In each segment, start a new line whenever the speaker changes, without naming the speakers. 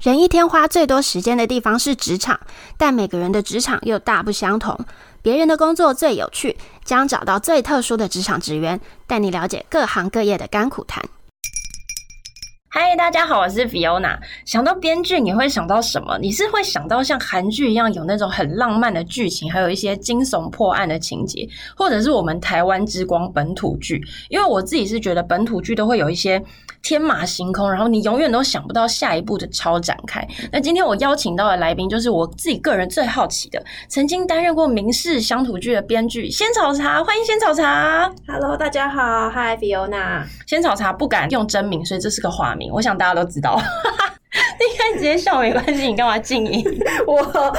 人一天花最多时间的地方是职场，但每个人的职场又大不相同。别人的工作最有趣，将找到最特殊的职场职员，带你了解各行各业的甘苦谈。
嗨，大家好，我是 Fiona。想到编剧，你会想到什么？你是会想到像韩剧一样有那种很浪漫的剧情，还有一些惊悚破案的情节，或者是我们台湾之光本土剧？因为我自己是觉得本土剧都会有一些天马行空，然后你永远都想不到下一步的超展开。那今天我邀请到的来宾，就是我自己个人最好奇的，曾经担任过民事乡土剧的编剧仙草茶，欢迎仙草茶。
Hello，大家好，Hi Fiona。
仙草茶不敢用真名，所以这是个化名。我想大家都知 道。你看，直接笑没关系，你干嘛静音？
我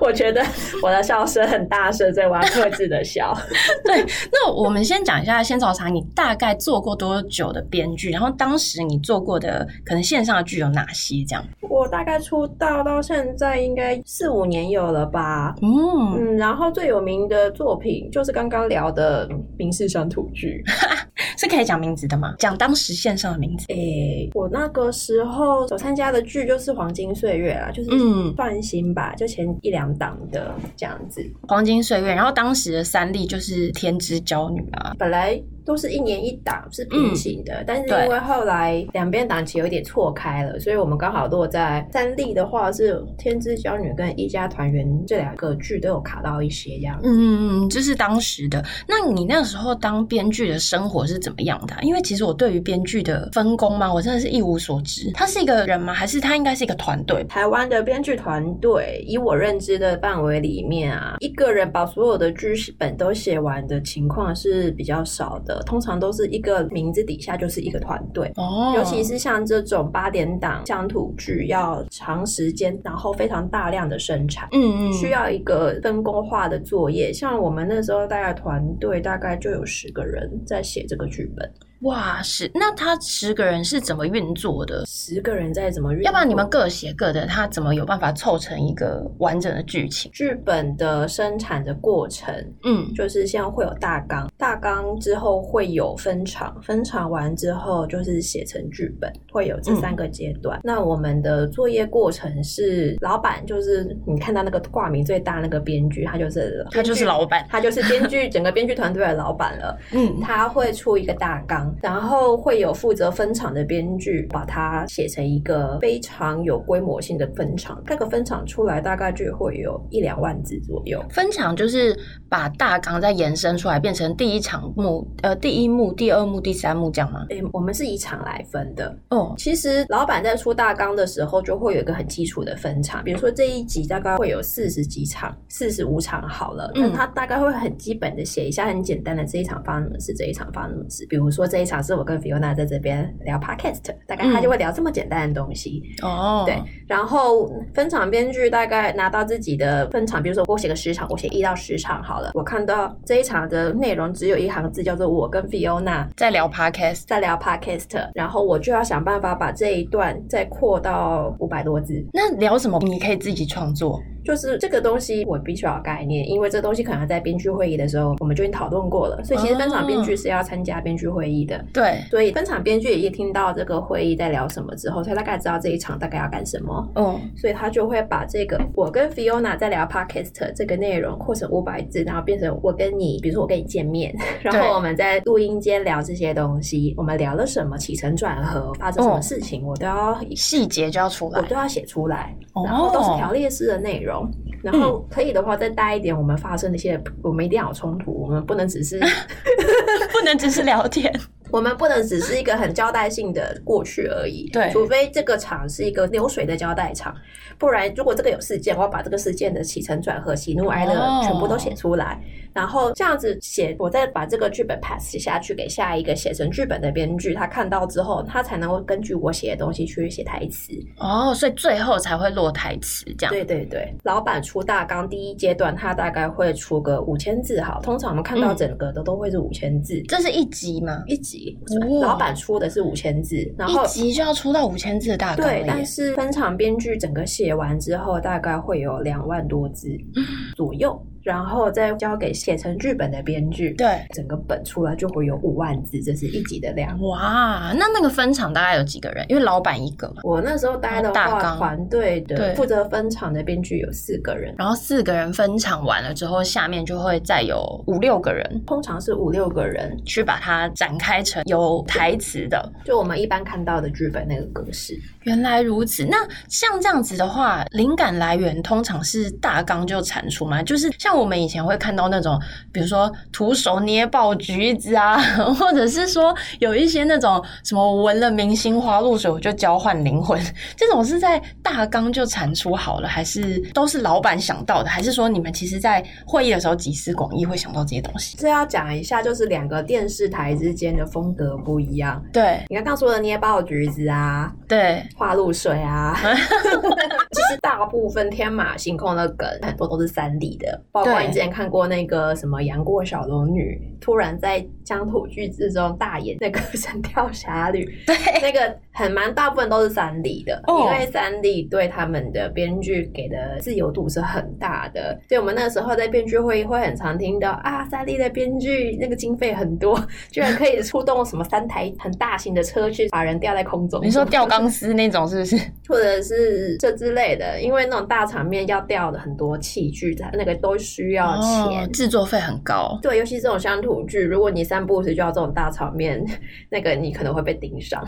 我觉得我的笑声很大声，所以我要克制的笑。
对，那我们先讲一下仙草茶，你大概做过多久的编剧？然后当时你做过的可能线上的剧有哪些？这样，
我大概出道到现在应该四五年有了吧。
嗯，
嗯，然后最有名的作品就是刚刚聊的《民事乡土剧》。
是可以讲名字的吗？讲当时线上的名字。
诶、我那个时候所参加的剧就是《黄金岁月》啦，就是
嗯
范新吧，就前一两档的这样子。
黄金岁月，然后当时的三立就是《天之娇女》啊，
本来都是一年一档是平行的，但是因为后来两边档期有一点错开了，所以我们刚好落在三立的话是《天之娇女》跟《一家团圆》这两个剧都有卡到一些这样。
嗯，这是当时的。那你那时候当编剧的生活是怎么样的啊、因为其实我对于编剧的分工嘛，我真的是一无所知。他是一个人吗？还是他应该是一个团队？
台湾的编剧团队，以我认知的范围里面啊，一个人把所有的剧本都写完的情况是比较少的，通常都是一个名字底下就是一个团队。
哦
尤其是像这种八点档乡土剧，要长时间，然后非常大量的生产，
嗯嗯，
需要一个分工化的作业。像我们那时候大概团队大概就有十个人在写这个剧本，
哇是。那他十个人是怎么运作的？
十个人在怎么运作？
要不然你们各写各的，他怎么有办法凑成一个完整的剧情？
剧本的生产的过程。
嗯，
就是先会有大纲，大纲之后会有分场，分场完之后就是写成剧本，会有这
嗯
三个阶段。那我们的作业过程是，老板就是你看到那个挂名最大那个编剧，他就是
他就是老板。
他就是编剧整个编剧团队的老板了。
嗯，
他会出一个大纲，然后会有负责分场的编剧把它写成一个非常有规模性的分场。那个分场出来大概就会有一两万字左右。
分场就是把大纲再延伸出来，变成第一场幕、呃第一幕、第二幕、第三幕这样吗？
诶，我们是以场来分的。
哦，
其实老板在出大纲的时候，就会有一个很基础的分场，比如说这一集大概会有四十几场、四十五场好了，
嗯
那他大概会很基本的写一下很简单的这一场发生什么事，这一场发生什么事。比如说这一场是我跟 Fiona 在这边聊 podcast，大概他就会聊这么简单的东西。
哦，
对，然后分场编剧大概拿到自己的分场，比如说我写个十场，我写一到十场好了。我看到这一场的内容只有一行字，叫做“我跟 Fiona
在聊 podcast，
在聊 Podcast”，然后我就要想办法把这一段再扩到五百多字。
那聊什么？你可以自己创作。
就是这个东西我必须要有概念，因为这东西可能在编剧会议的时候我们就已经讨论过了，所以其实分场编剧是要参加编剧会议的。
对，
所以分场编剧也听到这个会议在聊什么之后，他大概知道这一场大概要干什么。
嗯，
所以他就会把这个我跟 Fiona 在聊 podcast 这个内容扩成五百字，然后变成我跟你，比如说我跟你见面， 然后我们在录音间聊这些东西，我们聊了什么起承转合，发生什么事情，我都要
细节就要出
我
来，
都要写出来，
哦
然后都是条列式的内容。然后可以的话，再带一点我们发生的一些，我们一定要有冲突，我们不能只是
不能只是聊天。
我们不能只是一个很交代性的过去而已，
对
除非这个场是一个流水的交代场，不然如果这个有事件，我要把这个事件的起承转合、喜怒哀乐
哦
全部都写出来，然后这样子写，我再把这个剧本 pass 下去给下一个写成剧本的编剧，他看到之后，他才能够根据我写的东西去写台词。
哦，所以最后才会落台词这样。
对对对，老板出大纲第一阶段，他大概会出个五千字，好，通常我们看到
嗯
整个的都会是五千字。
这是一集吗？
一集
哦，
老板出的是五千字，然后
一集就要出到五千字的大纲
对，
了
但
耶。嗯
是分场编剧整个写完之后，大概会有两万多字左右。然后再交给写成剧本的编剧。
对，
整个本出来就会有五万字，这是一集的量。
哇，那那个分厂大概有几个人？因为老板一个嘛，
我那时候待的
哦大
话，
纲
团队
对
的负责分场的编剧有四个人，
然后四个人分厂完了之后，下面就会再有五六个人
通常是五六个人，
去把它展开成有台词的。
就我们一般看到的剧本那个格式。
原来如此。那像这样子的话，灵感来源通常是大纲就产出嘛？就是像我们以前会看到那种，比如说徒手捏爆橘子啊， 或者是说有一些那种什么闻了明星花露水我就交换灵魂，这种是在大纲就产出好了，还是都是老板想到的？还是说你们其实在会议的时候集思广益会想到这些东西？
这要讲一下，就是两个电视台之间的风格不一样。
对
你刚刚说的捏爆橘子啊，
对，
花露 水啊，其实大部分天马行空的梗很多都是三 D 的，包括
对
你之前看过那个什么杨过小龙女，突然在乡土剧之中大演那个 《神雕侠侣》，
对，
那个很蛮大部分都是三 D 的，
哦
因为三 D 对他们的编剧给的自由度是很大的，所以我们那时候在编剧会议会很常听到啊，三 D 的编剧那个经费很多，居然可以出动什么三台很大型的车去把人吊在空中，
你说吊钢丝那种是不是？
或者是这之类的，因为那种大场面要调的很多器具，它那个都需要钱。
哦制作费很高。
对，尤其这种乡土剧，如果你三不五时就要这种大场面， 那个你可能会被 盯上，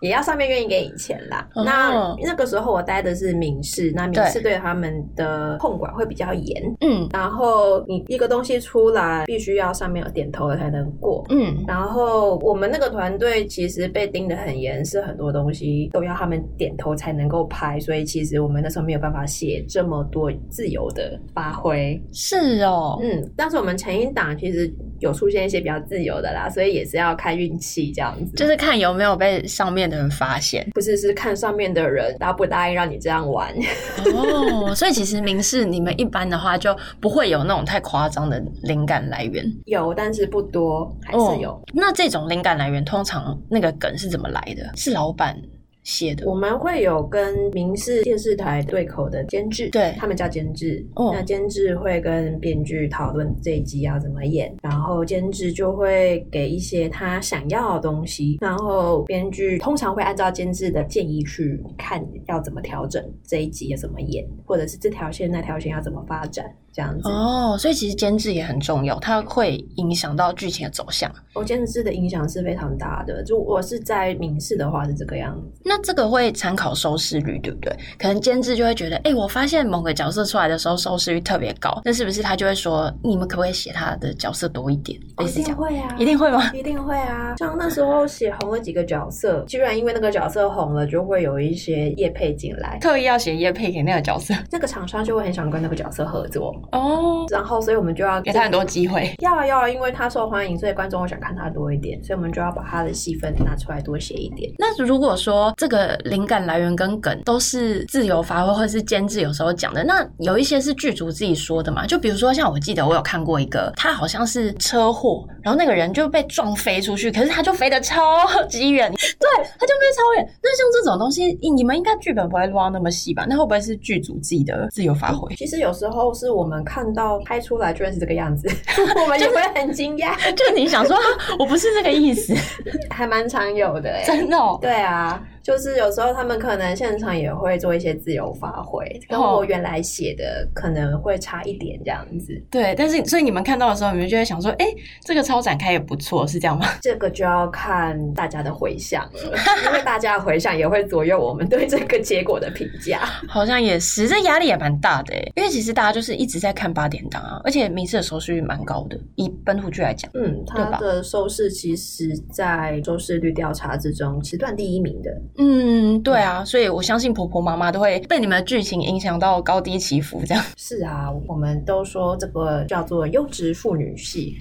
也要上面愿意给你钱啦。
哦
那那个时候我待的是民事，那民
对
事对他们的控管会比较严，
嗯
然后你一个东西出来，必须要上面有点头了才能过。
嗯，
然后我们那个团队其实被盯得很严，是很多东西都要他们点头才能够拍，所以其实我们那时候没有办法写这么多自由的发挥。
是哦，
嗯，但是我们前一档其实有出现一些比较自由的啦，所以也是要看运气这样子，
就是看有没有被上面的人发现
不是是看上面的人答不答应让你这样玩。
哦。所以其实明示你们一般的话就不会有那种太夸张的灵感来源，
有，但是不多，还是有。
哦那这种灵感来源通常那个梗是怎么来的？是老板写的
我们会有跟民视电视台对口的监制，
对
他们叫监制。
哦
那监制会跟编剧讨论这一集要怎么演，然后监制就会给一些他想要的东西，然后编剧通常会按照监制的建议去看要怎么调整这一集要怎么演，或者是这条线那条线要怎么发展这样子。
哦。所以其实监制也很重要，它会影响到剧情的走向。
我监制的影响是非常大的，就我是在民视的话是这个样子。
那这个会参考收视率，对不对？可能监制就会觉得，哎、我发现某个角色出来的时候收视率特别高，那是不是他就会说，你们可不可以写他的角色多一点？类
一
哦似这
定
样，
会啊，
一定会吗？
一定会啊！像那时候写红了几个角色，居然因为那个角色红了，就会有一些业配进来，
特意要写叶配给那个角色
那个厂商就会很想跟那个角色合作，
哦，
然后所以我们就要
给他很多机会。
要啊要啊，因为他受欢迎，所以观众会想看他多一点，所以我们就要把他的戏份拿出来多写一点。
那如果说这个灵感来源跟梗都是自由发挥，或者是监制有时候讲的，那有一些是剧组自己说的嘛？就比如说像我记得我有看过一个，他好像是车祸，然后那个人就被撞飞出去，可是他就飞得超级 远，对，他就飞超远。那像这种东西，你们应该剧本不会挖那么细吧？那会不会是剧组自己的自由发挥？
其实有时候是我们看到拍出来居然是这个样子， 我们也会很惊讶，
就你想说，啊我不是这个意思，
还蛮常有的哎、
真的、哦。
对啊，就是有时候他们可能现场也会做一些自由发挥，跟
哦
我原来写的可能会差一点这样子。
对，但是所以你们看到的时候，你们就会想说，哎、这个超展开也不错，是这样吗？
这个就要看大家的回响了，因为大家的回响也会左右我们对这个结果的评 价。
好像也是，这压力也蛮大的哎，因为其实大家就是一直在看八点档啊，而且民视的收视率蛮高的，以本土剧来讲，
嗯，
对
它
吧
的收视其实，在收视率调查之中是段第一名的。
嗯，对啊，所以我相信婆婆妈妈都会被你们的剧情影响到高低起伏，这样
是啊，我们都说这个叫做优质妇女戏，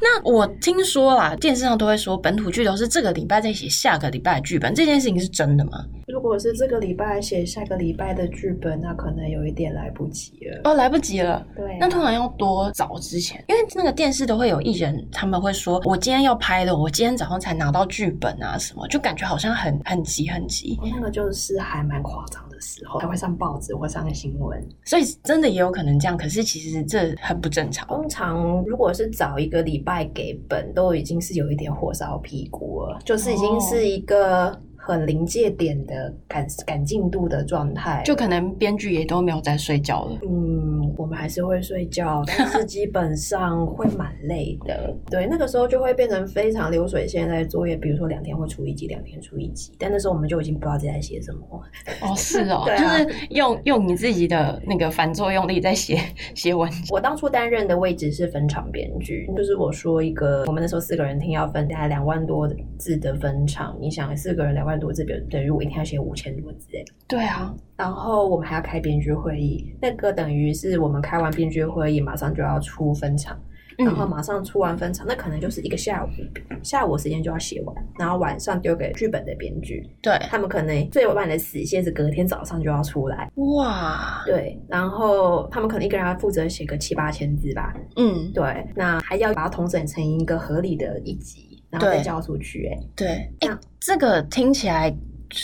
那我听说啦，电视上都会说本土剧都是这个礼拜在写下个礼拜的剧本，这件事情是真的吗？
如果是这个礼拜写下个礼拜的剧本，那可能有一点来不及了。
哦，来不及了。
对啊、
那通常要多早之前，因为那个电视都会有艺人，他们会说：“我今天要拍的，我今天早上才拿到剧本啊，什么，就感觉好像很很急很急，
那个就是还蛮夸张的时候才会上报纸或上新闻。
所以真的也有可能这样。可是其实这很不正常。
通常如果是早一个礼拜给本，都已经是有一点火烧屁股了，就是已经是一个很临界点的赶赶进度的状态。
就可能编剧也都没有在睡觉了。
嗯，我们还是会睡觉，但是基本上会蛮累的。对，那个时候就会变成非常流水线在作业，比如说两天会出一集，两天出一集，但那时候我们就已经不知道自己在写什么。
哦，是哦，
对
就
啊
是用用你自己的那个反作用力在写写文章。
我当初担任的位置是分场编剧，就是我说一个，我们那时候四个人听要分大概两万多字的分场，你想四个人两万多字，比如等于我一天要写五千多字哎。
对啊，
然后我们还要开编剧会议，那个等于是我们开完编剧会议，马上就要出分场，然后
嗯，
马上出完分场，那可能就是一个下午，下午时间就要写完，然后晚上丢给剧本的编剧，
对，
他们可能最晚的死线是隔天早上就要出来，
哇，
对，然后他们可能一个人要负责写个七八千字吧，
嗯，
对，那还要把它统整成一个合理的一集，然后
对
再交出去、欸。哎，
对，哎、
这样
这个听起来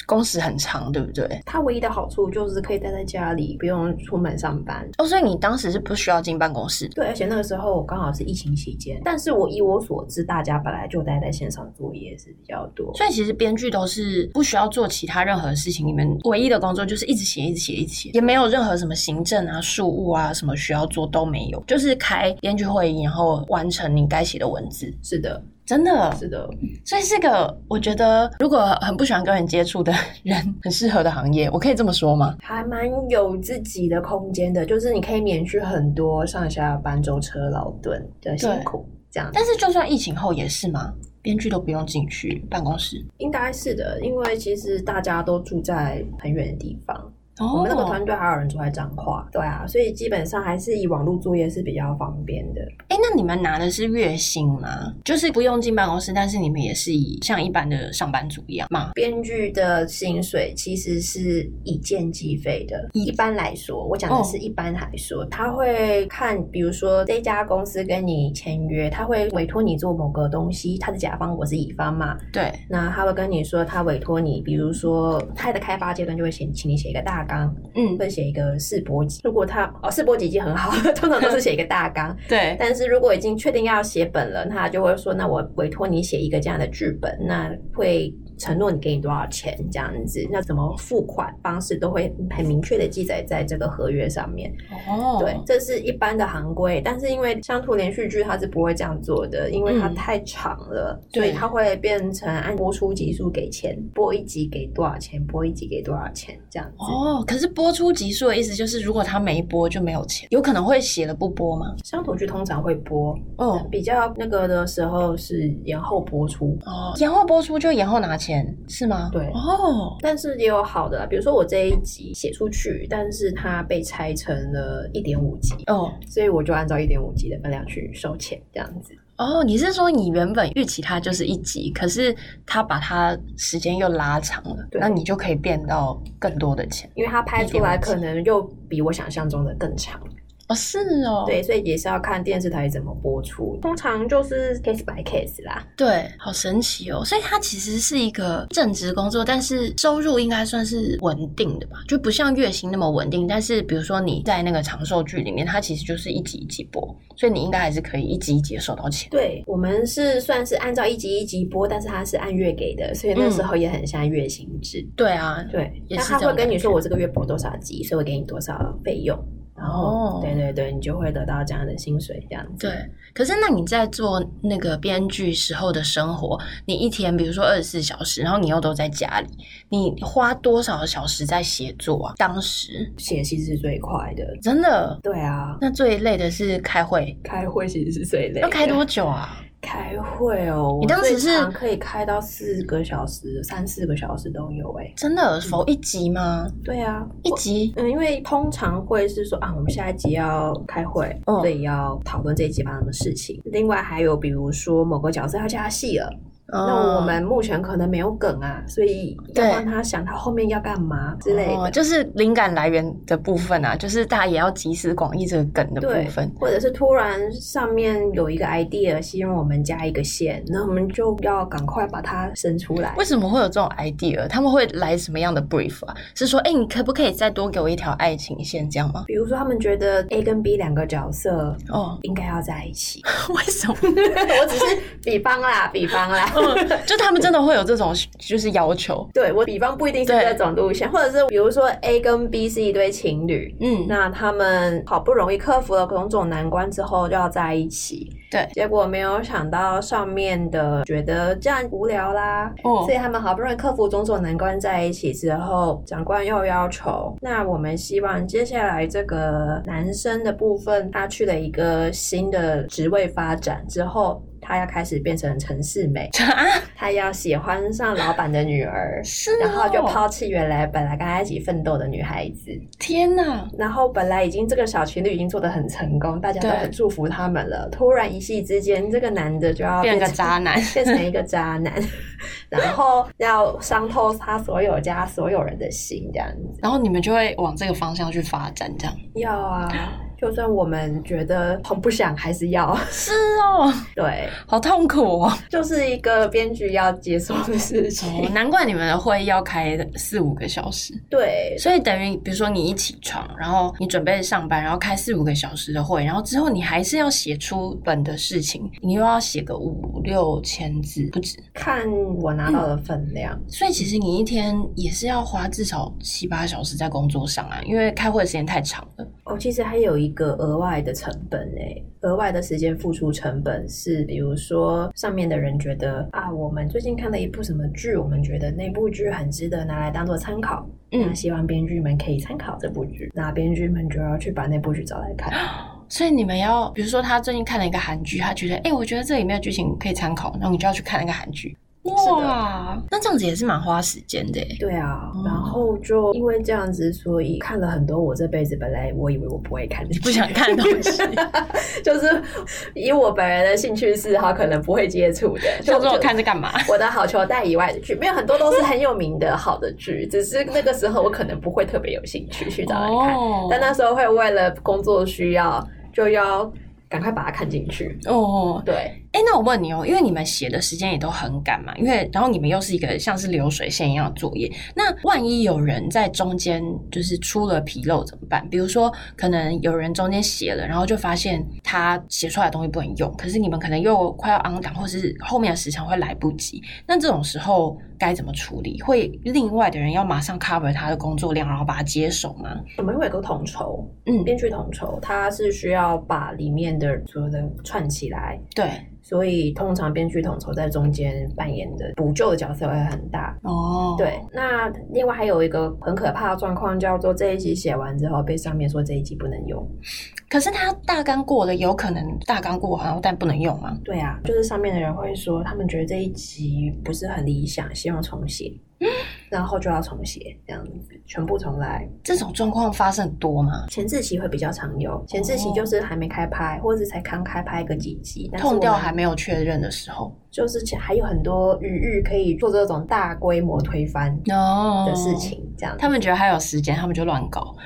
工时很长，对不对？
它唯一的好处就是可以待在家里，不用出门上班。
哦，所以你当时是不需要进办公室的。
对，而且那个时候我刚好是疫情期间，但是我以我所知，大家本来就待在线上作业是比较多。
所以其实编剧都是不需要做其他任何事情，你们唯一的工作就是一直写、一直写、一直写，也没有任何什么行政啊、事务啊什么需要做都没有，就是开编剧会议，然后完成你该写的文字。
是的，
真的，
是的，
所以是个我觉得如果很不喜欢跟人接触的人，很适合的行业，我可以这么说吗？
还蛮有自己的空间的，就是你可以免去很多上下班舟车劳顿的辛
对
苦，这样子。
但是就算疫情后也是吗？编剧都不用进去办公室。
应该是的，因为其实大家都住在很远的地方，我
哦
们那个团队还有人住在彰化，对啊，所以基本上还是以网络作业是比较方便的。
哎，那你们拿的是月薪吗？就是不用进办公室，但是你们也是以像一般的上班族一样吗？
编剧的薪水其实是以件计费的，一般来说，我讲的是一般来说，他会看，比如说这家公司跟你签约，他会委托你做某个东西，他是甲方，我是乙方嘛，
对，
那他会跟你说他委托你，比如说他的开发阶段就会请请你写一个大纲，
嗯，
会写一个世博集，如果他哦世博集已经很好了， 通常都是写一个大纲，
对，
但是如果已经确定要写本了，他就会说：“那我委托你写一个这样的剧本，那会承诺你给你多少钱这样子，那怎么付款方式都会很明确的记载在这个合约上面。
哦
对，这是一般的行规，但是因为乡土连续剧它是不会这样做的，因为它
嗯
太长了，
对
所以它会变成按播出集数给钱，播一集给多少钱，播一集给多少钱这样子。
哦，可是播出集数的意思就是，如果他没播就没有钱，有可能会写了不播吗？
乡土剧通常会播，
哦
比较那个的时候是延后播出，
哦，延后播出就延后拿钱是吗？
对
哦，
但是也有好的啦，比如说我这一集写出去，但是它被拆成了一点五集，
哦
所以我就按照一点五集的分量去收钱，这样子。
哦，你是说你原本预期它就是一集，可是他把它时间又拉长了，
对
那你就可以变到更多的钱
因为它拍出来可能又比我想象中的更长，
哦，是哦，
对，所以也是要看电视台怎么播出，通常就是 case by case 啦。
对，好神奇哦！所以它其实是一个正职工作，但是收入应该算是稳定的吧，就不像月薪那么稳定。但是比如说你在那个长寿剧里面，它其实就是一集一集播，所以你应该还是可以一集一集地收到钱。
对我们是算是按照一集一集播，但是它是按月给的，所以那时候也很像月薪制。
对啊，
对，
也
那
是
他
这种
会跟
感
你
觉
说我这个月播多少集，所以我给你多少费用，然后、
哦
对对对，你就会得到这样的薪水，这样子。
对。可是那你在做那个编剧时候的生活，你一天比如说二十四小时，然后你又都在家里，你花多少小时在写作啊？当时
写其实是最快的。
真的，
对啊，
那最累的是开会，
开会其实是最累的。
要开多久啊？
开会哦，我
你当时
最
是
长可以开到四个小时，三四个小时都有哎、
真的否一集吗？
对啊，
一
我
集
嗯，因为通常会是说啊，我们下一集要开会，
嗯
所以要讨论这一集发生的事情。另外还有比如说某个角色要加戏了，那
哦
我们目前可能没有梗啊，所以
对
要让他想他后面要干嘛之类
哦
的。
就是灵感来源的部分啊，就是大家也要集思广益这个梗的
对
部分，。
或者是突然上面有一个 idea，希望我们加一个线，那我们就要赶快把它生出来
为。什么会有这种 idea？他们会来什么样的 brief 啊？是说，哎、你可不可以再多给我一条爱情线这样吗？
比如说，他们觉得 A 跟 B 两个角色
哦，
应该要在一起，
为什么？
我只是比方啦， 比方啦。
就他们真的会有这种就是要求？
对我比方不一定是
对
这种路线，或者是比如说 A 跟 B 是一对情侣，
嗯，
那他们好不容易克服了种种难关之后要在一起，
对
结果没有想到上面的觉得这样无聊啦，
哦
所以他们好不容易克服种种难关在一起之后，长官又要求，那我们希望接下来这个男生的部分，他去了一个新的职位发展之后。他要开始变成城市美，
啊，
他要喜欢上老板的女儿，
是哦
然后就抛弃原来本来跟他一起奋斗的女孩子。
天哪！
然后本来已经这个小情侣已经做得很成功，大家都
对
很祝福他们了。突然一夕之间，这个男的就要
变个
成
渣男
变成一个渣男，然后要伤透他所有家所有人的心，这样子。
然后你们就会往这个方向去发展，这样
要啊，就算我们觉得很不想，还 是要。
是哦，
对，
好痛苦哦。
就是一个编剧要接受的事情。
难怪你们的会议要开四五个小时，
对，
所以等于比如说你一起床，然后你准备上班，然后开四五个小时的会，然后之后你还是要写出本的事情，你又要写个五六千字不止，
看我拿到的分量。
所以其实你一天也是要花至少七八小时在工作上啊，因为开会的时间太长了。
哦，其实还有一个额外的成本诶，额外的时间付出成本是，比如说上面的人觉得啊，我们最近看了一部什么剧，我们觉得那部剧很值得拿来当做参考，那
嗯，
希望编剧们可以参考这部剧，那编剧们就要去把那部剧找来看。
啊所以你们要，比如说他最近看了一个韩剧，他觉得，哎、我觉得这里面的剧情可以参考，然后你就要去看那个韩剧。
是的
哇，那这样子也是蛮花时间的耶。
对啊
哦，
然后就因为这样子，所以看了很多我这辈子本来我以为我不会看的剧，
不想看的东西，
就是以我本人的兴趣嗜好，可能不会接触的，
就
就
这我看这干嘛？
我的好球带以外的剧，没有很多都是很有名的好的剧， 只是那个时候我可能不会特别有兴趣去找来看，
哦
但那时候会为了工作需要，就要赶快把它看进去。
哦，
对，
哎、那我问你哦，因为你们写的时间也都很赶嘛，因为然后你们又是一个像是流水线一样的作业，那万一有人在中间就是出了纰漏怎么办？比如说，可能有人中间写了，然后就发现他写出来的东西不能用，可是你们可能又快要 on 档，或是后面的时程会来不及，那这种时候该怎么处理？会另外的人要马上 cover 他的工作量，然后把它接手吗？
我们会有个统筹，
嗯，
编剧统筹，他是需要把里面的所有的串起来。
对，
所以，通常编剧统筹在中间扮演的补救的角色会很大。
哦，
对，，那另外还有一个很可怕的状况，叫做这一集写完之后被上面说这一集不能用。
可是他大纲过了，有可能大纲过然后但不能用吗？
对啊，就是上面的人会说，他们觉得这一集不是很理想，希望重写，然后就要重写，这样子全部重来。
这种状况发生很多吗？
前置期会比较常有，前置
哦
期就是还没开拍，或者是才刚开拍个几集，但是我
痛
们
掉还没有确认的时候，
就是前还有很多余裕可以做这种大规模推翻
哦
的事，情，嗯这样子
他们觉得还有时间，他们就乱搞。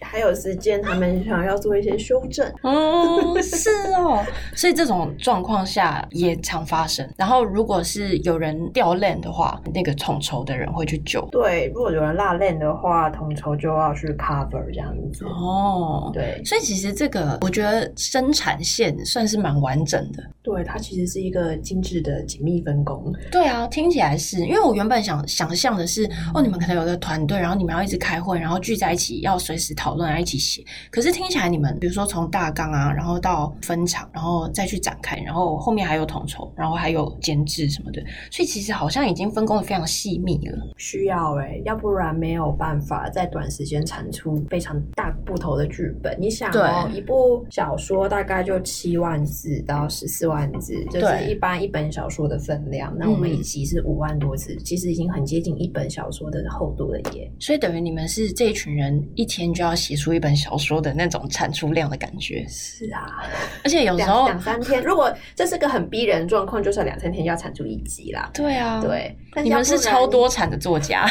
还有时间，他们想要做一些修正。
哦，是哦， 所以这种状况下也常发生。然后，如果是有人掉链的话，那个统筹的人会去救。
对，如果有人落链的话，统筹就要去 cover 这样子。
哦，
对，
所以其实这个我觉得生产线算是蛮完整的。
对，它其实是一个精致的紧密分工。
对啊，听起来是因为我原本想想象的是，哦，你们可能有个团队，然后你们要一直开会，然后聚在一起，要随时讨论，然后一起写。可是听起来你们，比如说从大纲啊，然后到分场，然后再去展开，然后后面还有统筹，然后还有监制什么的，所以其实好像已经分工的非常细密了。
需要哎、要不然没有办法在短时间产出非常大部头的剧本。你想哦，
对
一部小说大概就七万字到十四万字，就是
对
一般一本小说的分量。那我们一集是五万多字，其实已经很接近一本小说的厚度了耶。
所以等于你们是这一群人一天就要写出一本小说的那种产出量的感觉。
是啊，
而且有时
两
候，
两三天，如果这是个很逼人的状况，就是两三天就要产出一集啦。
对啊，，
对，但
你
要
们
不
是
然
超多产的作家，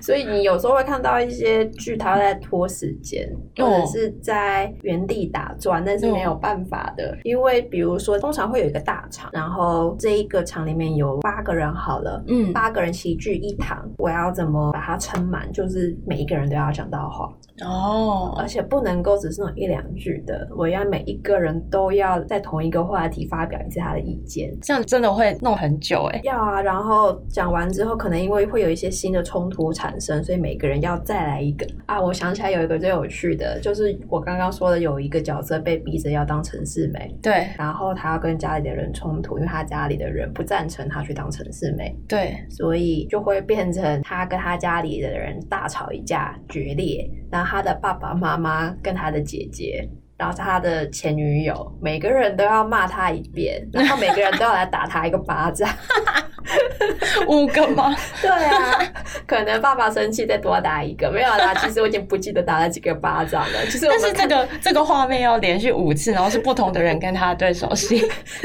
所以你有时候会看到一些剧，它在拖时间，
哦
或者是在原地打转，但是没有办法的，因为比如说，通常会有一个大场，然后这一个场里面有八个人好了。
嗯，
八个人齐聚一堂，我要怎么把它撑满？就是每一个人都要讲到话，
哦
而，且不能够只是那种一两句的，我要每一个人都要在同一个话题发表一次他的意见。
这样真的会弄很久哎、
要啊，然后讲完之后，可能因为会有一些新的冲突产生，所以每个人要再来一个啊。我想起来有一个最有趣的，就是我刚刚说的，有一个角色被逼着要当城市美，
对
然后他要跟家里的人冲突，因为他家里的人不赞成他去当城市美，
对，
所以就会变成他跟他家里的人大吵一架，决裂。然后他的爸爸妈妈跟他的姐姐，然后他的前女友，每个人都要骂他一遍，然后每个人都要来打他一个巴掌。
五个 吗？
对啊， 可能爸爸生气再多打一个，没有 啦。其实我已经不记得打了几个巴掌了。其实我
但是
们
这个这个画面要连续五次，然后是不同的人跟他的对手戏，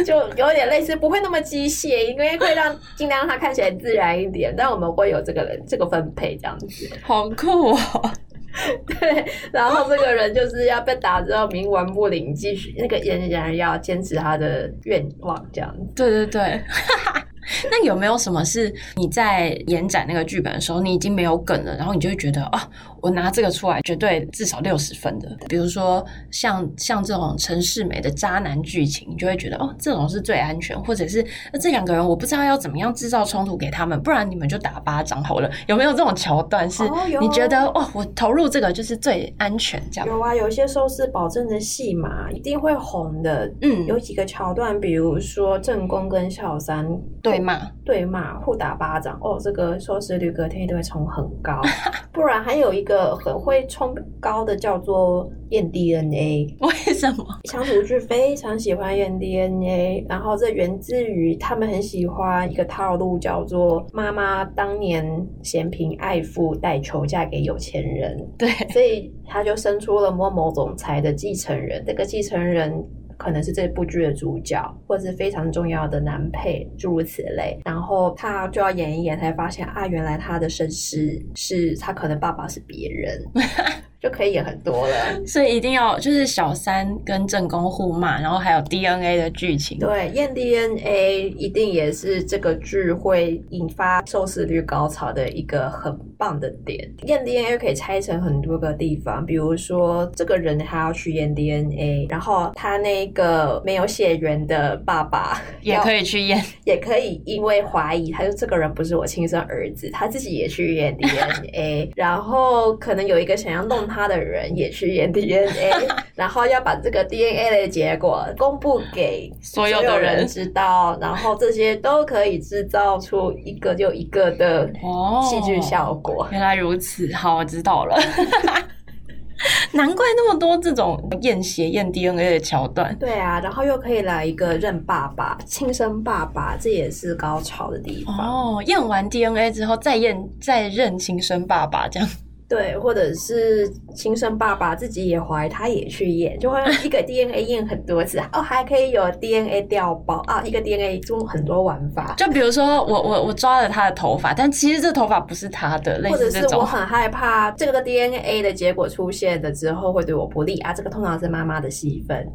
就有点类似，不会那么机械，因为会让尽量让他看起来自然一点。但我们会有这个人这个分配这样 子。
好酷哦！
对，然后这个人就是要被打之后冥顽不灵，继续那个人仍然要坚持他的愿望这样子。
对对对。 那有没有什么是你在延展那个剧本的时候，你已经没有梗了，然后你就会觉得啊，我拿这个出来绝对至少六十分的？比如说像像这种陈世美的渣男剧情，你就会觉得哦，这种是最安全，或者是、呃这两个人我不知道要怎么样制造冲突给他们，不然你们就打巴掌好了。有没有这种桥段是
哦有
你觉得哦，我投入这个就是最安全这样？
有啊，有一些收视保证的戏嘛，一定会红的。
嗯
有几个桥段，比如说正宫跟小三
对骂，
对骂、互打巴掌，哦，这个收视率隔天一定会冲很高。不然还有一个很会冲高的叫做验 DNA，
为什么？
乡土剧非常喜欢验 DNA，然后这源自于他们很喜欢一个套路，叫做妈妈当年嫌贫爱富，带球嫁给有钱人，
对，
所以他就生出了某某总裁的继承人，这个继承人。可能是这部剧的主角，或者是非常重要的男配，诸如此类。然后他就要演一演，才发现啊，原来他的身世是他可能爸爸是别人，就可以演很多了。
所以一定要就是小三跟正宫互骂，然后还有 DNA 的剧情。
对，验 DNA 一定也是这个剧会引发收视率高潮的一个很棒的点。验 DNA 可以拆成很多个地方，比如说这个人他要去验 DNA，然后他那个没有血缘的爸爸
也
要
可以去验，
也可以因为怀疑，他就这个人不是我亲生儿子，他自己也去验 DNA，然后可能有一个想要弄他的人也去验 DNA，然后要把这个 DNA 的结果公布给
所有的人
人知道，然后这些都可以制造出一个又一个的
哦
戏剧效果。
原来如此，好，我知道了。 难怪那么多这种验血、验 DNA 的桥段，
对啊，然后又可以来一个认爸爸、亲生爸爸，这也是高潮的地方。
哦，验完 DNA 之后再验再认亲生爸爸，这样
对，或者是亲生爸爸自己也怀，他也去验，就会 一个 DNA 验很多次哦，还可以有 DNA 调包啊，一个 DNA 中很多玩法，
就比如说我我我抓了他的头发，但其实这头发不是他的， 类
或者
似
是
这
我
种，
很害怕这个 DNA 的结果出现了之后会对我不利啊，这个通常是妈妈的 戏份，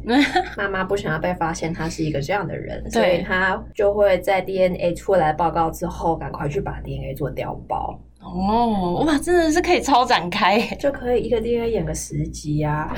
妈妈不想要被发现她是一个这样的人，所以她就会在 DNA 出来报告之后，赶快去把 DNA 做调包，
哦，哇，真的是可以超展开耶，
就可以一个 DNA 演个十集 啊，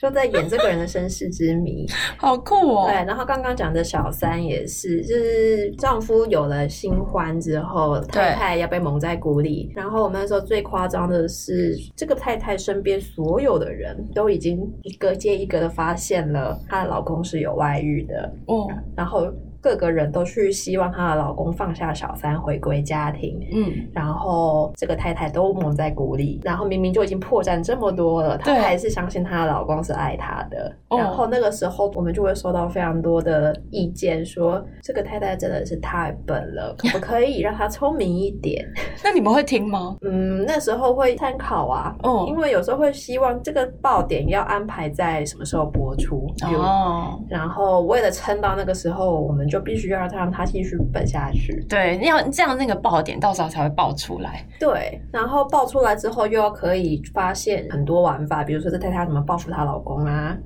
就在演这个人的身世之谜。
好酷哦！
对，然后刚刚讲的小三也是，就是丈夫有了新欢之后，太太要被蒙在鼓里。然后我们那时候最夸张的是，这个太太身边所有的人都已经一个接一个的发现了她的老公是有外遇的，
哦，
然后各个人都去希望她的老公放下小三，回归家庭。
嗯，
然后这个太太都蒙在鼓里，然后明明就已经破绽这么多了，她
对
还是相信她的老公是爱她的。
哦
然后那个时候，我们就会收到非常多的 意见说，这个太太真的是太笨了，可不可以让她聪明一点？
那你们会听吗？
嗯，那时候会参考啊，
哦
因为有时候会希望这个爆点要安排在什么时候播出，比如
哦，
然后为了撑到那个时候，我们就必须要让它让它继续奔下去。
对，要这样那个爆点到时候才会爆出来。
对，然后爆出来之后，又要可以发现很多玩法，比如说在她怎么报复她老公啊，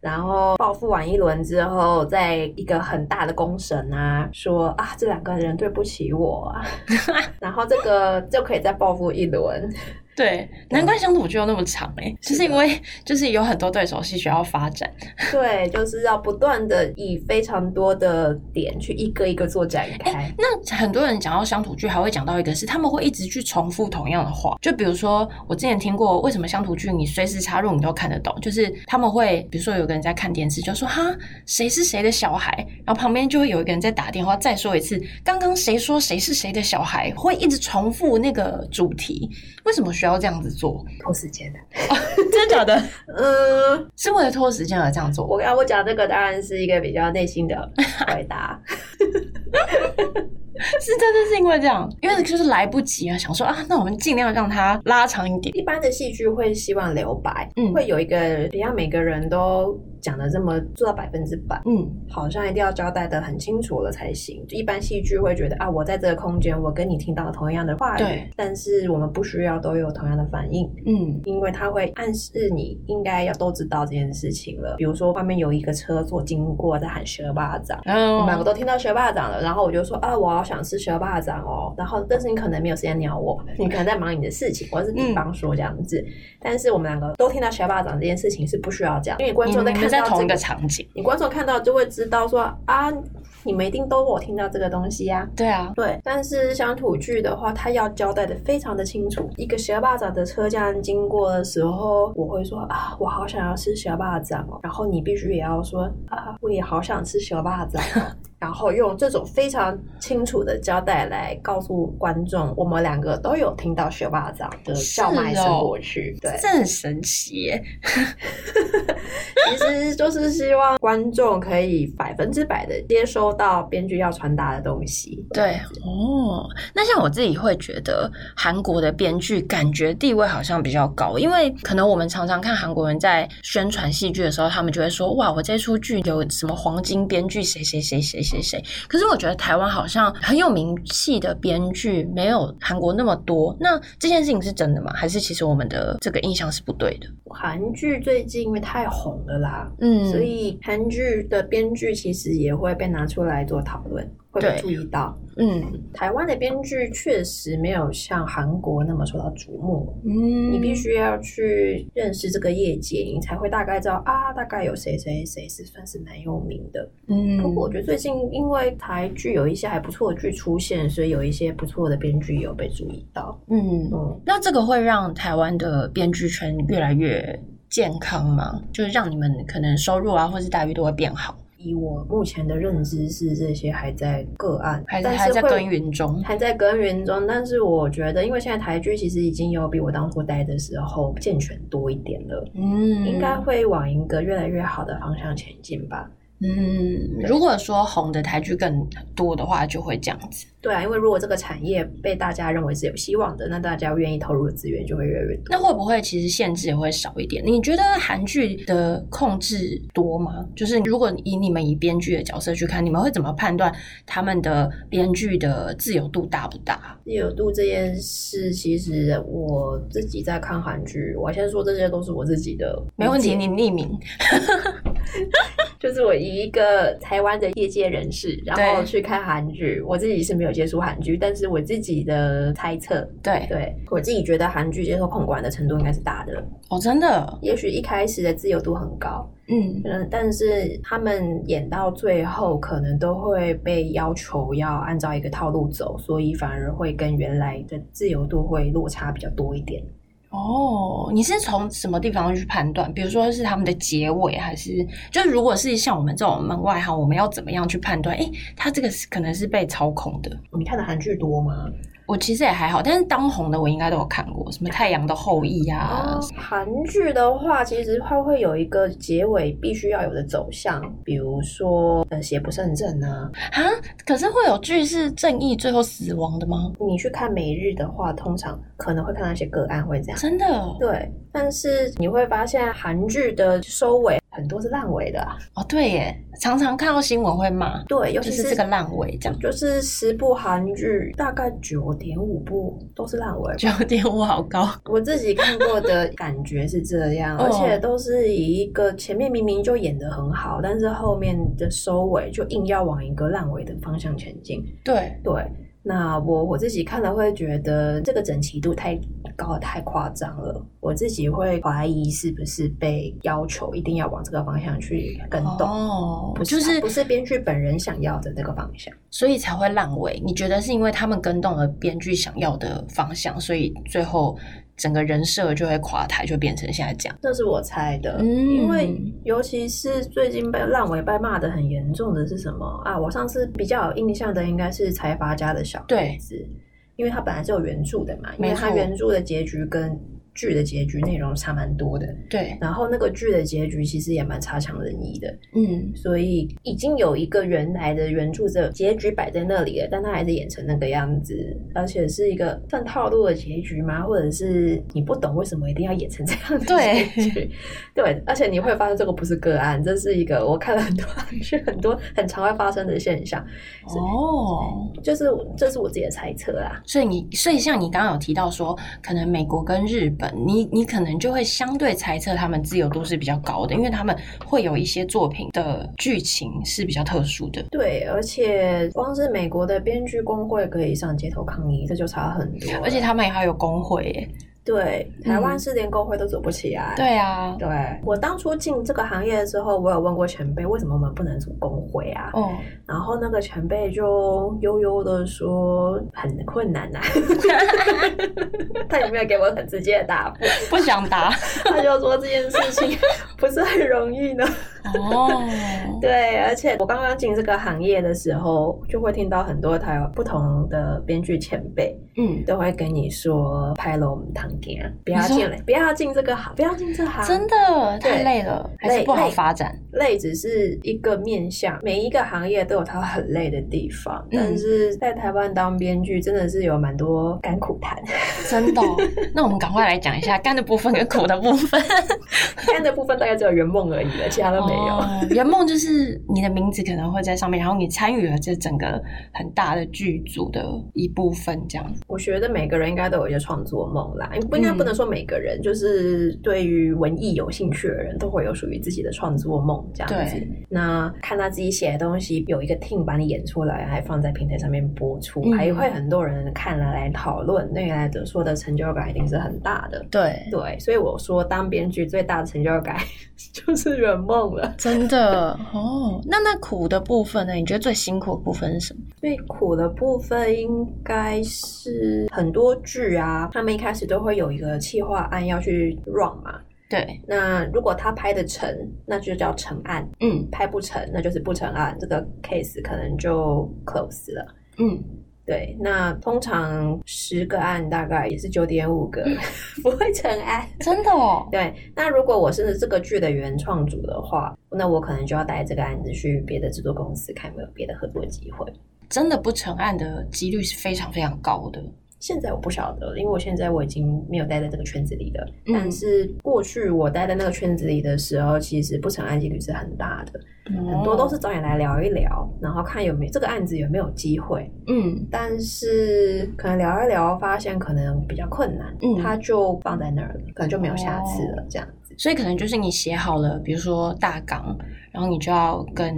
然后报复完一轮之后，再一个很大的公审啊，说啊这两个人对不起我啊，然后这个就可以再报复一轮。
对，难怪乡土剧要那么长哎、欸，就是因为就是有很多对手戏需要发展。
对，就是要不断的以非常多的点去一个一个做展开。
那很多人讲到乡土剧，还会讲到一个是他们会一直去重复同样的话，就比如说我之前听过，为什么乡土剧你随时插入你都看得懂，就是他们会比如说有个人在看电视，就说哈谁是谁的小孩，然后旁边就会有一个人在打电话再说一次，刚刚谁说谁是谁的小孩，会一直重复那个主题，为什么需要这样子做？
拖时间的，
真的假的？
嗯，
是为了拖时间而这样做？
我要我讲这个当然是一个比较内心的回答。
是真的是因为这样，因为就是来不及啊，想说啊，那我们尽量让它拉长一点。
一般的戏剧会希望留白，
嗯
会有一个不要每个人都讲的这么做到百分之百，
嗯，
好像一定要交代的很清楚了才行。一般戏剧会觉得啊，我在这个空间，我跟你听到同样的话语
对，
但是我们不需要都有同样的反应。
嗯，
因为它会暗示你应该要都知道这件事情了。比如说外面有一个车座经过在喊学霸掌，
然后
我们两个都听到学霸掌了，然后我就说啊，我好想吃学霸掌哦。然后但是你可能没有时间鸟我，
嗯
你可能在忙你的事情，我是比方说这样子。但是我们两个都听到学霸掌这件事情是不需要讲，因为观
你
众在
嗯你们
看
在
到
同
这
一个
个。
场景，
你观众看到就会知道说啊，你们一定都有听到这个东西呀、
对啊，
对，但是乡土剧的话，它要交代的非常的清楚。一个小巴掌的车这样经过的时候，我会说啊，我好想要吃小巴掌哦。然后你必须也要说啊，我也好想吃小巴掌哦。然后用这种非常清楚的交代来告诉观众，我们两个都有听到学霸掌的叫卖声过去。对，
这很神奇耶。
其实就是希望观众可以百分之百的接收到编剧要传达的东西。
对，哦，那像我自己会觉得韩国的编剧感觉地位好像比较高，因为可能我们常常看韩国人在宣传戏剧的时候，他们就会说哇，我这出剧有什么黄金编剧谁谁谁谁谁谁。可是我觉得台湾好像很有名气的编剧没有韩国那么多，那这件事情是真的吗？还是其实我们的这个印象是不对的？
韩剧最近因为太红了啦，
嗯
所以韩剧的编剧其实也会被拿出来做讨论，会被
对
注意到。
嗯
台湾的编剧确实没有像韩国那么受到瞩目，
嗯
你必须要去认识这个业界，你才会大概知道啊，大概有谁谁谁是算是蛮有名的。
嗯
不过我觉得最近因为台剧有一些还不错的剧出现，所以有一些不错的编剧有被注意到。
嗯。
嗯，
那这个会让台湾的编剧圈越来越健康吗？就是让你们可能收入啊，或是待遇都会变好，
以我目前的认知是，这些还在个案，
还是
但是
还在
会
耕耘中？
还在耕耘中，但是我觉得，因为现在台剧其实已经有比我当初待的时候健全多一点了，
嗯
应该会往一个越来越好的方向前进吧。
嗯。如果说红的台剧更多的话，就会这样子。
对啊，因为如果这个产业被大家认为是有希望的，那大家愿意投入的资源就会越来越多。
那会不会其实限制也会少一点？你觉得韩剧的控制多吗？就是如果以你们以编剧的角色去看，你们会怎么判断他们的编剧的自由度大不大？
自由度这件事，其实我自己在看韩剧，我先说这些都是我自己的，
没问题，你匿名。
就是我以一个台湾的业界人士，然后
对
去看韩剧，我自己是没有接触韩剧，但是我自己的猜测，
对，
对我自己觉得韩剧接受控管的程度应该是大的，
哦，真的，
也许一开始的自由度很高，
嗯，
嗯，但是他们演到最后可能都会被要求要按照一个套路走，所以反而会跟原来的自由度会落差比较多一点。
哦，你是从什么地方去判断？比如说是他们的结尾，还是就如果是像我们这种门外汉，我们要怎么样去判断？诶，他这个是可能是被操控的。
你看的韩剧多吗？
我其实也还好，但是当红的我应该都有看过，什么《太阳的后裔》啊，
哦韩剧的话，其实它会有一个结尾必须要有的走向，比如说呃邪不胜正啊。
啊，可是会有剧是正义最后死亡的吗？
你去看每日的话，通常可能会看到一些个案会这样。
真的哦，
对，但是你会发现韩剧的收尾很多是烂尾的、啊，
哦对耶，常常看到新闻会骂，
对，尤
就
其
是这个烂尾这样。
就是十部韩剧，大概九点五部都是烂尾。
九点五好高，
我自己看过的感觉是 这样，
哦
而且都是以一个前面明明就演得很好，但是后面的收尾就硬要往一个烂尾的方向前进。
对，
对，那我我自己看了会觉得这个整齐度太高了，太夸张了，我自己会怀疑是不是被要求一定要往这个方向去跟动。
哦
不，是
就
他
是
不是编剧本人想要的那个方向，
所以才会烂尾。你觉得是因为他们跟动了编剧想要的方向，所以最后整个人设就会垮台，就变成现在这样。
这是我猜的。
嗯
因为尤其是最近被烂尾被骂的很严重的是什么啊？我上次比较有印象的应该是财阀家的小
对
子，因为它本来是有原著的嘛，因为
没
它
错
原著的结局跟剧的结局内容差蛮多的。
对，
然后那个剧的结局其实也蛮差强人意的，
嗯，
所以已经有一个原来的原著的结局摆在那里了，但他还是演成那个样子，而且是一个算套路的结局吗？或者是你不懂为什么一定要演成这样的
对
结局？对，而且你会发现这个不是个案，这是一个我看了很多是很多 很常会发生的现象，
哦，
就是这是我自己的猜测啊啦。
所以你，所以像你刚刚有提到说，可能美国跟日本，你你可能就会相对猜测他们自由度是比较高的，因为他们会有一些作品的剧情是比较特殊的。
对，而且光是美国的编剧工会可以上街头抗议，这就差很多了。
而且他们还有工会耶，
对，台湾
嗯
是连工会都组不起来。
对啊，
对我当初进这个行业的时候，我有问过前辈，为什么我们不能组工会啊？
哦，
然后那个前辈就悠悠的说很困难 呐、他也没有给我很直接的答复，
不想答
他就说这件事情不是很容易呢。
哦，
对，而且我刚刚进这个行业的时候，就会听到很多台湾不同的编剧前辈
嗯，
都会跟你说拍了我们堂家，不要
你说
进来，不要进这个行，不要进这行，
真的太
对
累了，还是
累
不好
累
发展。
累只是一个面向，每一个行业都有它很累的地方。
嗯
但是在台湾当编剧真的是有蛮多甘苦 谈，
真的哦、那我们赶快来讲一下干的部分跟苦的部 分。
干的部分大概只有圆梦而已了，其他都没有。
哦圆梦就是你的名字可能会在上面，然后你参与了这整个很大的剧组的一部分，这样。
我觉得每个人应该都有一些创作梦啦，不应该
嗯
不能说每个人，就是对于文艺有兴趣的人都会有属于自己的创作梦这样子
对。
那看他自己写的东西有一个 team 把你演出来，还放在平台上面播出，
嗯
还会很多人看了来讨论，那来的说的成就感一定是很大的。
对，
对，所以我说当编剧最大的成就感 就是圆梦了。
真的 哦。那那苦的部分呢？你觉得最辛苦的部分是什么？
最苦的部分应该是很多剧啊，他们一开始都会有一个企划案要去 run 嘛。
对，
那如果他拍的成，那就叫成案；
嗯
拍不成，那就是不成案。这个 case 可能就 close 了。
嗯，
对，那通常十个案大概也是九点五个 不会成案。
真的哦。
对，那如果我是这个剧的原创组的话，那我可能就要带这个案子去别的制作公司看有没有别的合作机会。
真的不成案的几率是非常非常高的。
现在我不晓得，因为我现在我已经没有待在这个圈子里了。
嗯
但是过去我待在那个圈子里的时候，其实不成案几率是很大的，很
很
多都是找你来聊一聊，然后看有没有这个案子有没有机会。
嗯
但是可能聊一聊，发现可能比较困难，
嗯哦
它就放在那儿了，可能就没有下次了，这样子。
所以可能就是你写好了，比如说大纲，然后你就要跟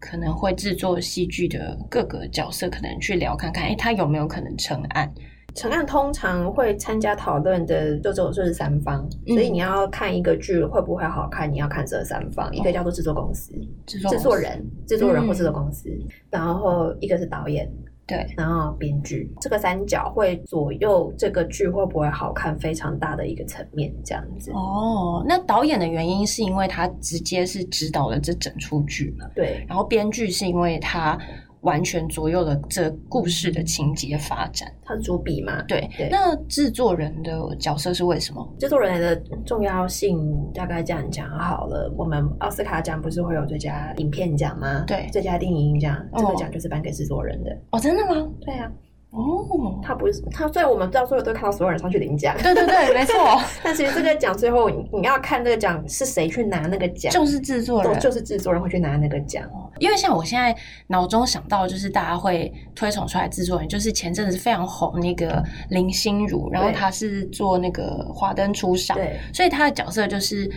可能会制作戏剧的各个角色可能去聊看看，诶，他有没有可能成案？
成案通常会参加讨论的就只有就是三方，
嗯
所以你要看一个剧会不会好看，你要看这三
哦
方，一个叫做制作公司、
制作
制作人、制作人
哦嗯
或制作公司，然后一个是导演，
对，
然后编剧，这个三角会左右这个剧会不会好看非常大的一个层面，这样子。
哦，那导演的原因是因为他直接是指导了这整出剧嘛，
对
然后编剧是因为他完全左右了这故事的情节发展。
它主笔嘛，
对，
对
那制作人的角色是为什么？
制作人的重要性大概这样讲好了。我们奥斯卡奖不是会有最佳影片奖吗？
对
最佳电影奖这
哦
个奖就是颁给制作人的。
哦，真的吗？
对啊，
哦，
他不是他，虽然我们到最后都看到所有人上去领奖，
对对对， 没错，
但其实这个奖最后你你要看这个奖是谁去拿那个奖，
就是制作
都
人。
就是制作人会去拿那个奖。
因为像我现在脑中想到，就是大家会推崇出来制作人，就是前阵子非常红那个林心如，然后
对
她是做那个《华灯初上》，
对，
所以她的角色就是，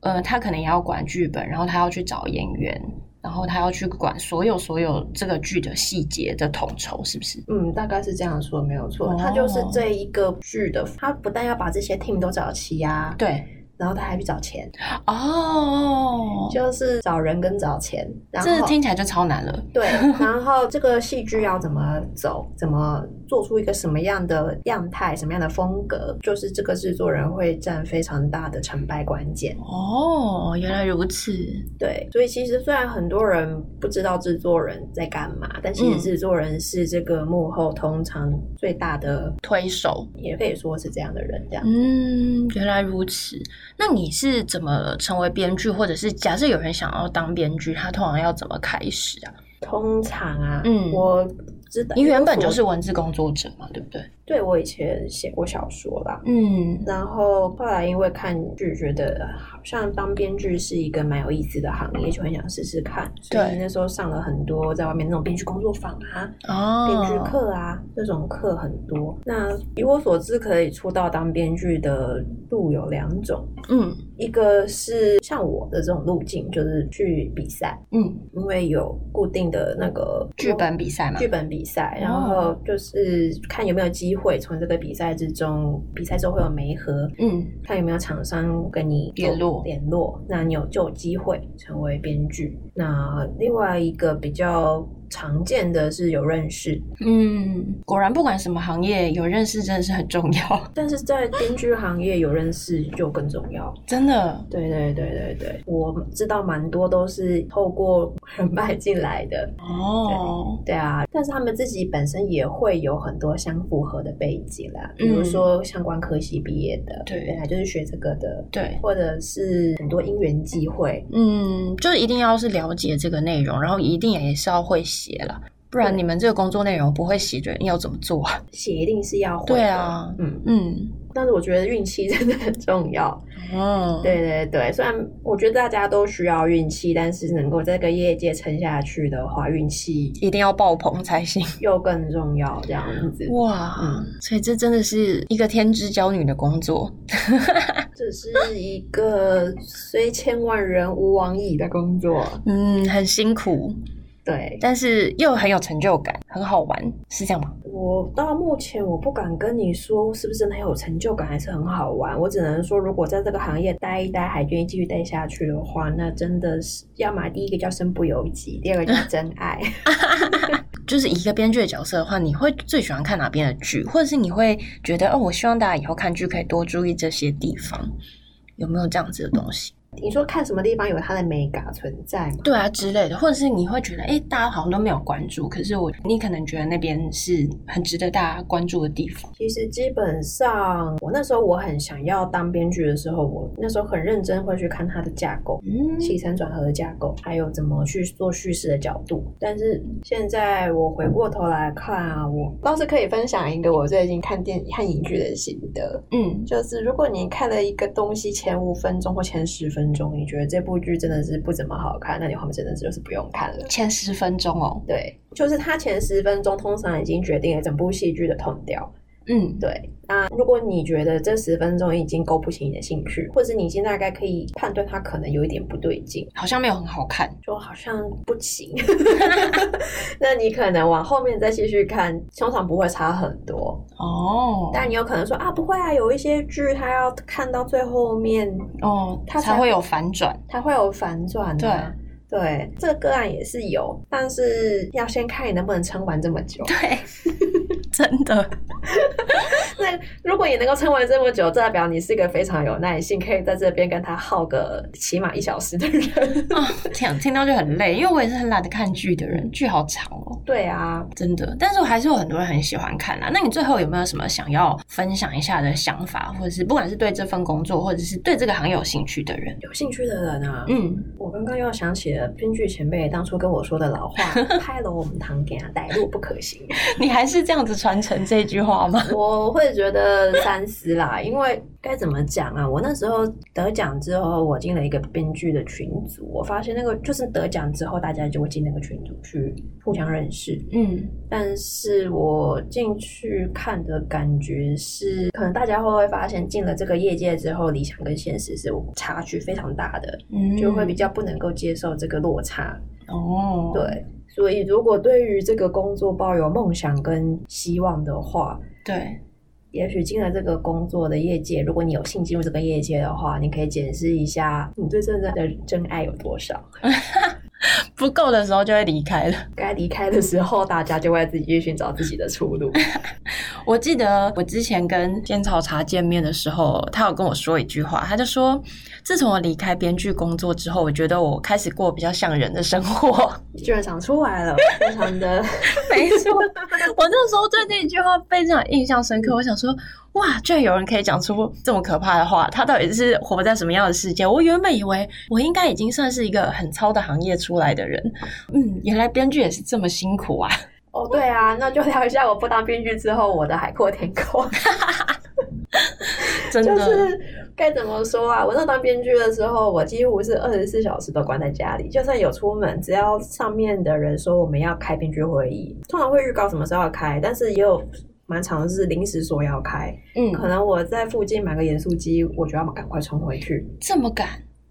呃，她可能也要管剧本，然后她要去找演员，然后她要去管所有所有这个剧的细节的统筹，是不是？
嗯，大概是这样说，没有错
哦。
他就是这一个剧的，他不但要把这些 team 都找齐呀、啊，
对，
然后他还去找钱，
哦，
就是找人跟找钱，然
这
后
听起来就超难了。
对，然后这个戏剧要怎么走，怎么做出一个什么样的样态，什么样的风格，就是这个制作人会占非常大的成败关键。
哦，原来如此。
对，所以其实虽然很多人不知道制作人在干嘛，但其
嗯
实制作人是这个幕后通常最大的，
推手，
也可以说是这样的人这样。
嗯，原来如此。那你是怎么成为编剧，或者是假设有人想要当编剧，他通常要怎么开始啊？
通常啊，
嗯
我知道
你原本就是文字工作者嘛，对不对？
对我以前写过小说啦，
嗯，
然后后来因为看剧，觉得好像当编剧是一个蛮有意思的行业，就很想试试看。所以
对
那时候上了很多在外面那种编剧工作坊啊、
哦，
编剧课啊那种课很多。那以我所知，可以出道当编剧的路有两种，
嗯
一个是像我的这种路径，就是去比赛，
嗯，
因为有固定的那个
剧本比赛嘛
剧，本比赛，然后就是看有没有机会从这个比赛之中，比赛之后会有媒合，
嗯，
看有没有厂商跟你做
联络
联络，那你有就有机会成为编剧。那另外一个比较常见的是有认识，
嗯，果然不管什么行业，有认识真的是很重要，
但是在编剧行业有认识就更重要。
真的。
对对对对对，我知道蛮多都是透过人脉进来的，
哦，
对啊，但是他们自己本身也会有很多相符合的背景啦，
嗯
比如说相关科系毕业的，
对
本来就是学这个的，
对，
或者是很多因缘际会。
嗯，就是一定要是了解这个内容，然后一定也是要会写了，不然
对
你们这个工作内容不会写的人要怎么做啊？
写一定是要会的，
对啊
嗯，
嗯，
但是我觉得运气真的很重要。
哦，
对对对，虽然我觉得大家都需要运气，但是能够在这个业界撑下去的话，运气
一定要爆棚才行。
又更重要。这样子，
哇，
嗯
所以这真的是一个天之骄女的工作。
这是一个虽千万人吾往矣的工作。
嗯，很辛苦，
对，
但是又很有成就感，很好玩，是这样吗？
我到目前我不敢跟你说是不是真的很有成就感，还是很好玩。我只能说，如果在这个行业待一待，还愿意继续待下去的话，那真的是要么第一个叫身不由己，第二个叫真 爱。
就是以一个编剧的角色的话，你会最喜欢看哪边的剧，或者是你会觉得哦，我希望大家以后看剧可以多注意这些地方，有没有这样子的东西？
你说看什么地方有它的美感存在吗？
对啊之类的，或者是你会觉得，哎，大家好像都没有关注，可是我你可能觉得那边是很值得大家关注的地方。
其实基本上，我那时候我很想要当编剧的时候，我那时候很认真会去看它的架构，
嗯
起承转合的架构，还有怎么去做叙事的角度。但是现在我回过头来看啊，我倒是可以分享一个我最近看电看影剧的心得，
嗯，
就是如果你看了一个东西前五分钟或前十分钟，你觉得这部剧真的是不怎么好看，那你后面真的是就是不用看了。
前十分钟哦，
对，就是它前十分钟通常已经决定了整部戏剧的痛调。
嗯，
对，那如果你觉得这十分钟已经勾不起你的兴趣，或者你已经大概可以判断它可能有一点不对劲，
好像没有很好看。
就好像不行， 那你可能往后面再继续看，通常不会差很多。
哦
但你有可能说啊，不会啊，有一些剧它要看到最后面，
哦，
它
才嗯
才
会有反转。
它会有反转、啊。对对，这个案也是有，但 是要先看你能不能撑完这么久。
对，真的。
那如果你能够撑完这么久，这代表你是一个非常有耐性，可以在这边跟他耗个起码一小时的人。
啊，听听到就很累，因为我也是很懒得看剧的人，剧好长哦，
对啊，
真的。但是我还是有很多人很喜欢看啦。那你最后有没有什么想要分享一下的想法，或者是不管是对这份工作，或者是对这个行业有兴趣的人？
有兴趣的人啊，
嗯，
我刚刚又想起了编剧前辈当初跟我说的老话：“拍了我们堂给他带路不可行。
你还是这样子传承这句话吗？”
我会觉得三思啦，因为该怎么讲啊？我那时候得奖之后，我进了一个编剧的群组，我发现那个就是得奖之后，大家就会进那个群组去互相认识。
嗯
但是我进去看的感觉是，可能大家会不会发现进了这个业界之后，理想跟现实是差距非常大的，
嗯
就会比较不能够接受这个落差。
哦，，
对，所以如果对于这个工作抱有梦想跟希望的话，
对，
也许进了这个工作的业界，如果你有幸进入这个业界的话，你可以检视一下你对这段的真爱有多少。
不够的时候就会离开了。
该离开的时候，大家就会自己去寻找自己的出路。
我记得我之前跟仙草茶见面的时候，他有跟我说一句话，他就说：“自从我离开编剧工作之后，我觉得我开始过比较像人的生活。
居然想出来了，非常的
没错，我那时候对这一句话非常印象深刻。我想说，哇，居然有人可以讲出这么可怕的话，他到底是活在什么样的世界？我原本以为我应该已经算是一个很糙的行业出来的人，嗯，原来编剧也是这么辛苦啊。
哦，对啊，那就聊一下我不当编剧之后我的海阔天空，
真
就
的，
是该怎么说啊？我那当编剧的时候，我几乎是二十四小时都关在家里，就算有出门，只要上面的人说我们要开编剧会议，通常会预告什么时候要开，但是也有蛮长的是临时说要开，可
嗯，
能我在附近买个盐酥鸡，我就要赶快冲回去。
这么赶，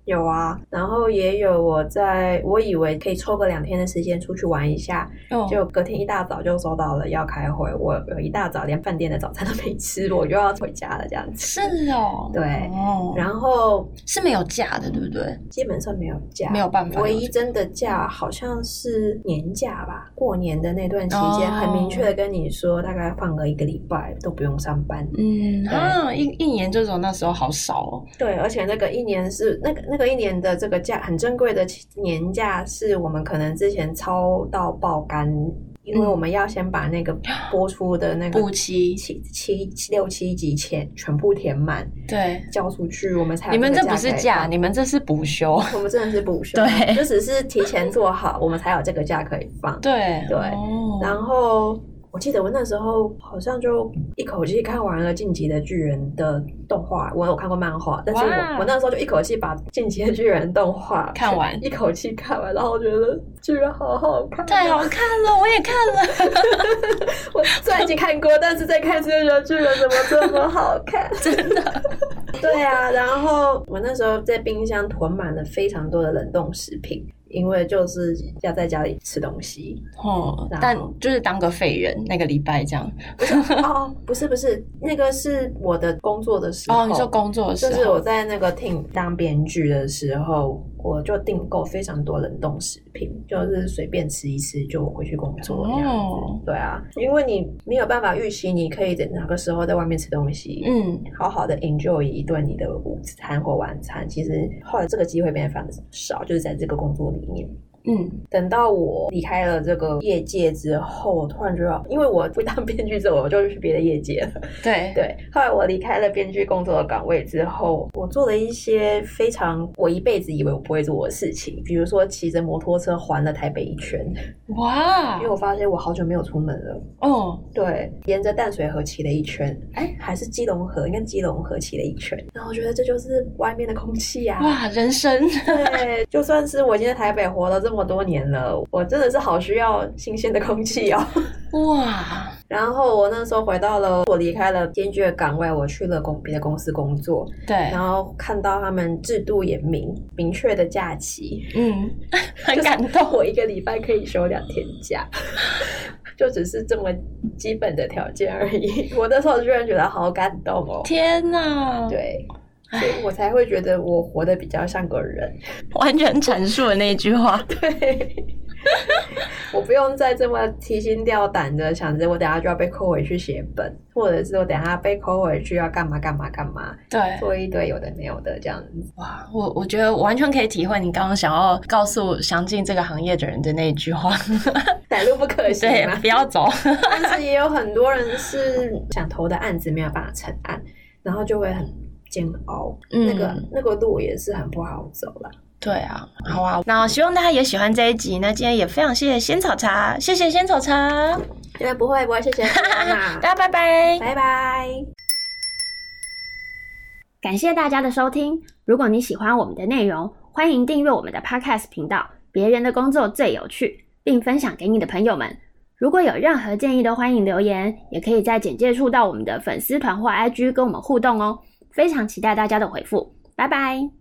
有啊，然后也有我在我以为可以抽个两天的时间出去玩一下，
哦
就隔天一大早就收到了要开会，我有一大早连饭店的早餐都没吃，我就要回家了这样子。
是哦，
对
哦，
然后
是没有假的，对不对？
基本上没有假，
没有办法
啊唯一真的假好像是年假吧，过年的那段期间，
哦
很明确的跟你说，大概放个一个礼拜都不用上班。
嗯啊，一一年这种那时候好少哦，
对，而且那个一年是那个那个一年的这个假很珍贵的期年假，是我们可能之前超到爆肝，因
嗯
为
啊
我们要先把那个播出的那个
补齐，
七七七六七集前全部填满，
对，
交出去，我们才有
你们
个
这不是
可以
假，
放
你们这是补休，
我们真的 是补休，
对
就只是提前做好，我们才有这个假可以放。
对
对
哦
然后我记得我那时候好像就一口气看完了《进击的巨人》的动画，我有看过漫画，但是
哇
我我那时候就一口气把《进击的巨人》动画
看完
一口气看完，然后我觉得居然好好看、
太好！看了，我也看了，
我虽然已经看过，但是再看《进击的巨人》怎么这么好看？
真的。
对啊，然后我那时候在冰箱囤满了非常多的冷冻食品，因为就是要在家里吃东 西。
哦，
然后
但就是当个废人那个礼拜这样。
哦，不是不是，那个是我的工作的时候。
哦，你说工作的时
就是
候
我在那个 team 当编剧的时候，我就订购非常多冷冻食品，就是随便吃一吃就回去工作这样子。
哦
对啊，因为你没有办法预期你可以在哪个时候在外面吃东西，
嗯，
好好的 enjoy 一顿你的午餐或晚餐。其实后来这个机会变得非常少，就是在这个工作里面。
嗯，
等到我离开了这个业界之后，我突然觉得，因为我不当编剧之后，我就去别的业界了。
对，
对，后来我离开了编剧工作的岗位之后，我做了一些非常我一辈子以为我不会做的事情，比如说骑着摩托车环了台北一圈，
哇
因为，我发现我好久没有出门了。
哦，
对，沿着淡水河骑了一圈，哎，还是基隆河，应该是基隆河骑了一圈。然后我觉得这就是外面的空气啊。
哇，人生，
对，就算是我已经在台北活了这么多年了，我真的是好需要新鲜的空气哦。
哇，
然后我那时候回到了，我离开了编剧的岗位，我去了公别的公司工作，
对
然，后看到他们制度严明、明确的假期，
嗯，很
就是
感动，
我一个礼拜可以休两天假， 就只是这么基本的条件而已。 我那时候居然觉得好感动哦，
天哪，，
对，所以我才会觉得我活得比较像个人。
完全阐述了那一句话。
对，我不用再这么提心吊胆的想着我等下就要被扣回去写本，或者是我等下被扣回去要干嘛干嘛干嘛，
对，
做一堆有的没有的这样子。
哇，我我觉得我完全可以体会你刚刚想要告诉想进这个行业的人的那一句话，
歹 路不可行啊
对，
嘛
不。要走，
但是也有很多人是想投的案子没有办法成案，然后就会很煎熬，
嗯
那个那个路也是很不好走了。
对啊，好啊，那希望大家也喜欢这一集。那今天也非常谢谢仙草茶，谢谢仙草茶，
现在不会不会， 谢谢
大家拜拜。
拜拜。
感谢大家的收听。如果你喜欢我们的内容，欢迎订阅我们的 Podcast 频道《别人的工作最有趣》，并分享给你的朋友们。如果有任何建议，都欢迎留言，也可以在简介处到我们的粉丝团或 IG 跟我们互动哦。非常期待大家的回复，拜拜。